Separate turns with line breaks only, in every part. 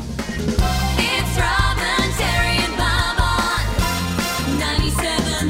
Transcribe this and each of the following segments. It's Robin, Terry, and Bob on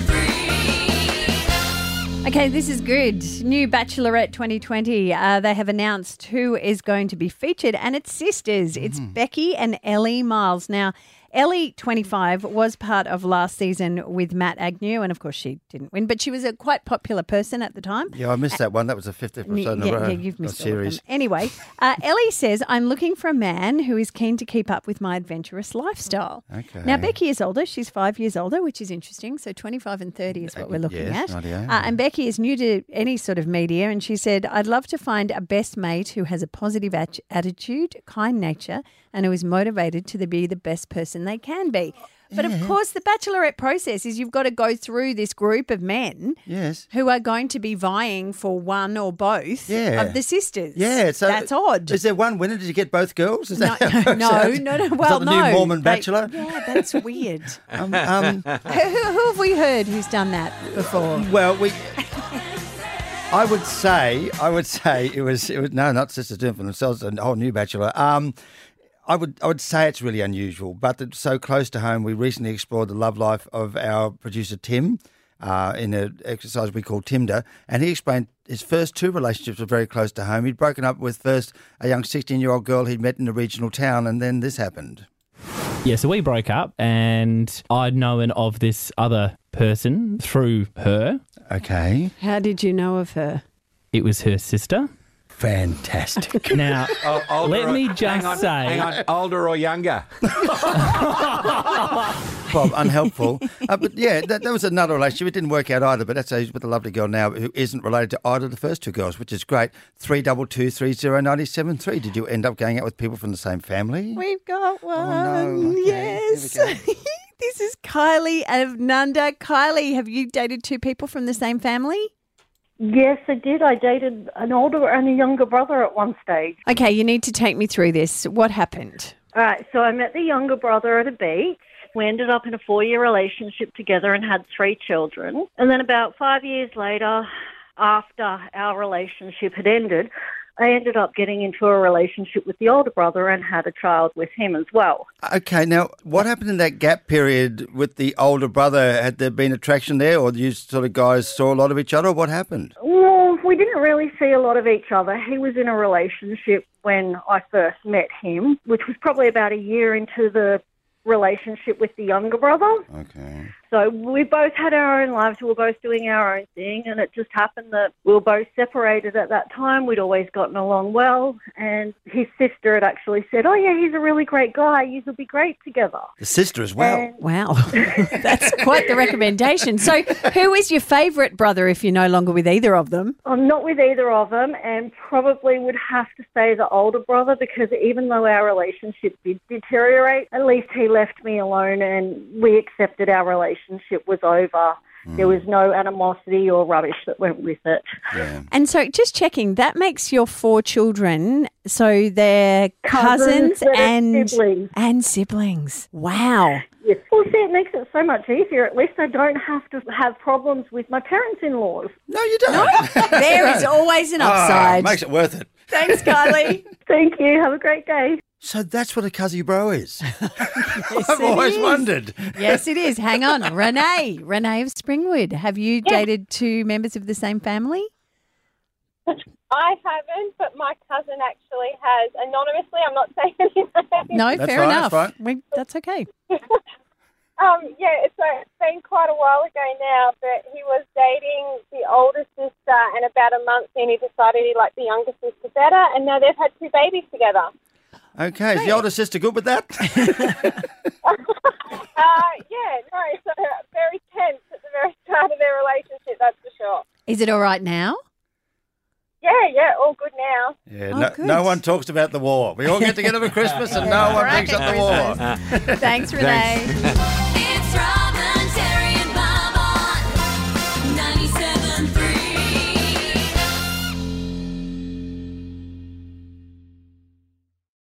97.3.
Okay, this is good. New Bachelorette 2020. Uh, they have announced who is going to be featured, and it's sisters. It's Becky and Ellie Miles. Now, Ellie, 25, was part of last season with Matt Agnew, and of course, she didn't win, but she was a quite popular person at the time.
Yeah, I missed that one. That was the
N-
50th episode in a
yeah,
row.
yeah, you've
a
missed all of
series.
them. Anyway, uh, Ellie says, I'm looking for a man who is keen to keep up with my adventurous lifestyle.
Okay.
Now, Becky is older. She's five years older, which is interesting. So 25 and 30 is what we're looking
Uh, yes,
at.
rightio,
Uh, and Becky is new to any sort of media. And she said, I'd love to find a best mate who has a positive at- attitude, kind nature, and who is motivated to the- be the best person they can be. But of course, the bachelorette process is you've got to go through this group of men
Yes.
who are going to be vying for one or both
Yeah.
of the sisters.
Yeah, so
that's odd.
Is there one winner? Did you get both girls? Is
no,
that how it works
no,
out?
no, no.
Is
Well,
that the
no.
new Mormon
They-
bachelor.
yeah, that's weird.
Um, um,
who, who, who have we heard who's done that before?
well, we. I would say, I would say it was, it was no, not sisters doing it for themselves, a whole new bachelor. Um, I would, I would say it's really unusual, but it's so close to home. We recently explored the love life of our producer Tim uh, in an exercise we call Timder, and he explained his first two relationships were very close to home. He'd broken up with first a young sixteen-year-old girl he'd met in a regional town, and then this happened.
Yeah, so we broke up, and I'd known of this other person through her.
Okay,
How did you know of her?
It was her sister.
fantastic.
Now,
O- older
Let me just
hang on,
say-
hang on, older or younger?
Bob, unhelpful. uh, but yeah, that, that was another relationship. It didn't work out either, but that's how he's with a lovely girl now who isn't related to either of the first two girls, which is great. Three double two three zero ninety seven three. Did you end up going out with people from the same family?
We've got one.
Oh, okay.
Yes.
Here we
this is Kylie of Nunda. Kylie, have you dated two people from the same family?
Yes, I did. I dated an older and a younger brother at one stage.
Okay, you need to take me through this. What happened?
All right, so I met the younger brother at a beach. We ended up in a four year relationship together and had three children. And then about five years later, after our relationship had ended, I ended up getting into a relationship with the older brother and had a child with him as well.
Okay, now what happened in that gap period with the older brother? Had there been attraction there, or you sort of guys saw a lot of each other? What happened?
Well, we didn't really see a lot of each other. He was in a relationship when I first met him, which was probably about a year into the relationship with the younger brother.
Okay.
So we both had our own lives. We were both doing our own thing, and it just happened that we were both separated at that time. We'd always gotten along well, and his sister had actually said, "Oh yeah, he's a really great guy. You will be great together."
The sister as well.
And
Wow. That's quite the recommendation. So, who is your favourite brother if you're no longer with either of them?
I'm not with either of them, and probably would have to say the older brother because even though our relationship did deteriorate, at least he left me alone, and we accepted our relationship was over. There was no animosity or rubbish that went with it.
yeah.
And so, just checking, that makes your four children. So, they're cousins,
Cousins that are
and
siblings.
and siblings. Wow.
Yes. Well, see, it makes it so much easier. At least I don't have to have problems with my parents-in-laws.
No, you don't.
There is always an
Ah,
upside.
makes it worth it.
Thanks, Kylie.
Thank you. Have a great day.
So that's what a cuzzy bro is.
it
I've always
is.
wondered.
yes, it is. Hang on. Renee, Renee of Springwood. Have you dated two members of the same family?
I haven't, but my cousin actually has. Anonymously, I'm not saying anything.
No,
That's
fair
fine,
enough.
that's
We, that's okay.
Um, yeah, so it's been quite a while ago now, but he was dating the older sister, and about a month in, he decided he liked the younger sister better, and now they've had two babies together.
Okay, is the older sister good with that?
Uh, yeah, no, so very tense at the very start of their relationship, that's for sure.
Is it all right now?
Yeah, yeah, all good now.
Yeah,
Oh,
no,
good.
no one talks about the war. We all get together for Christmas and no one brings up the war.
Thanks, Renee.
Thanks.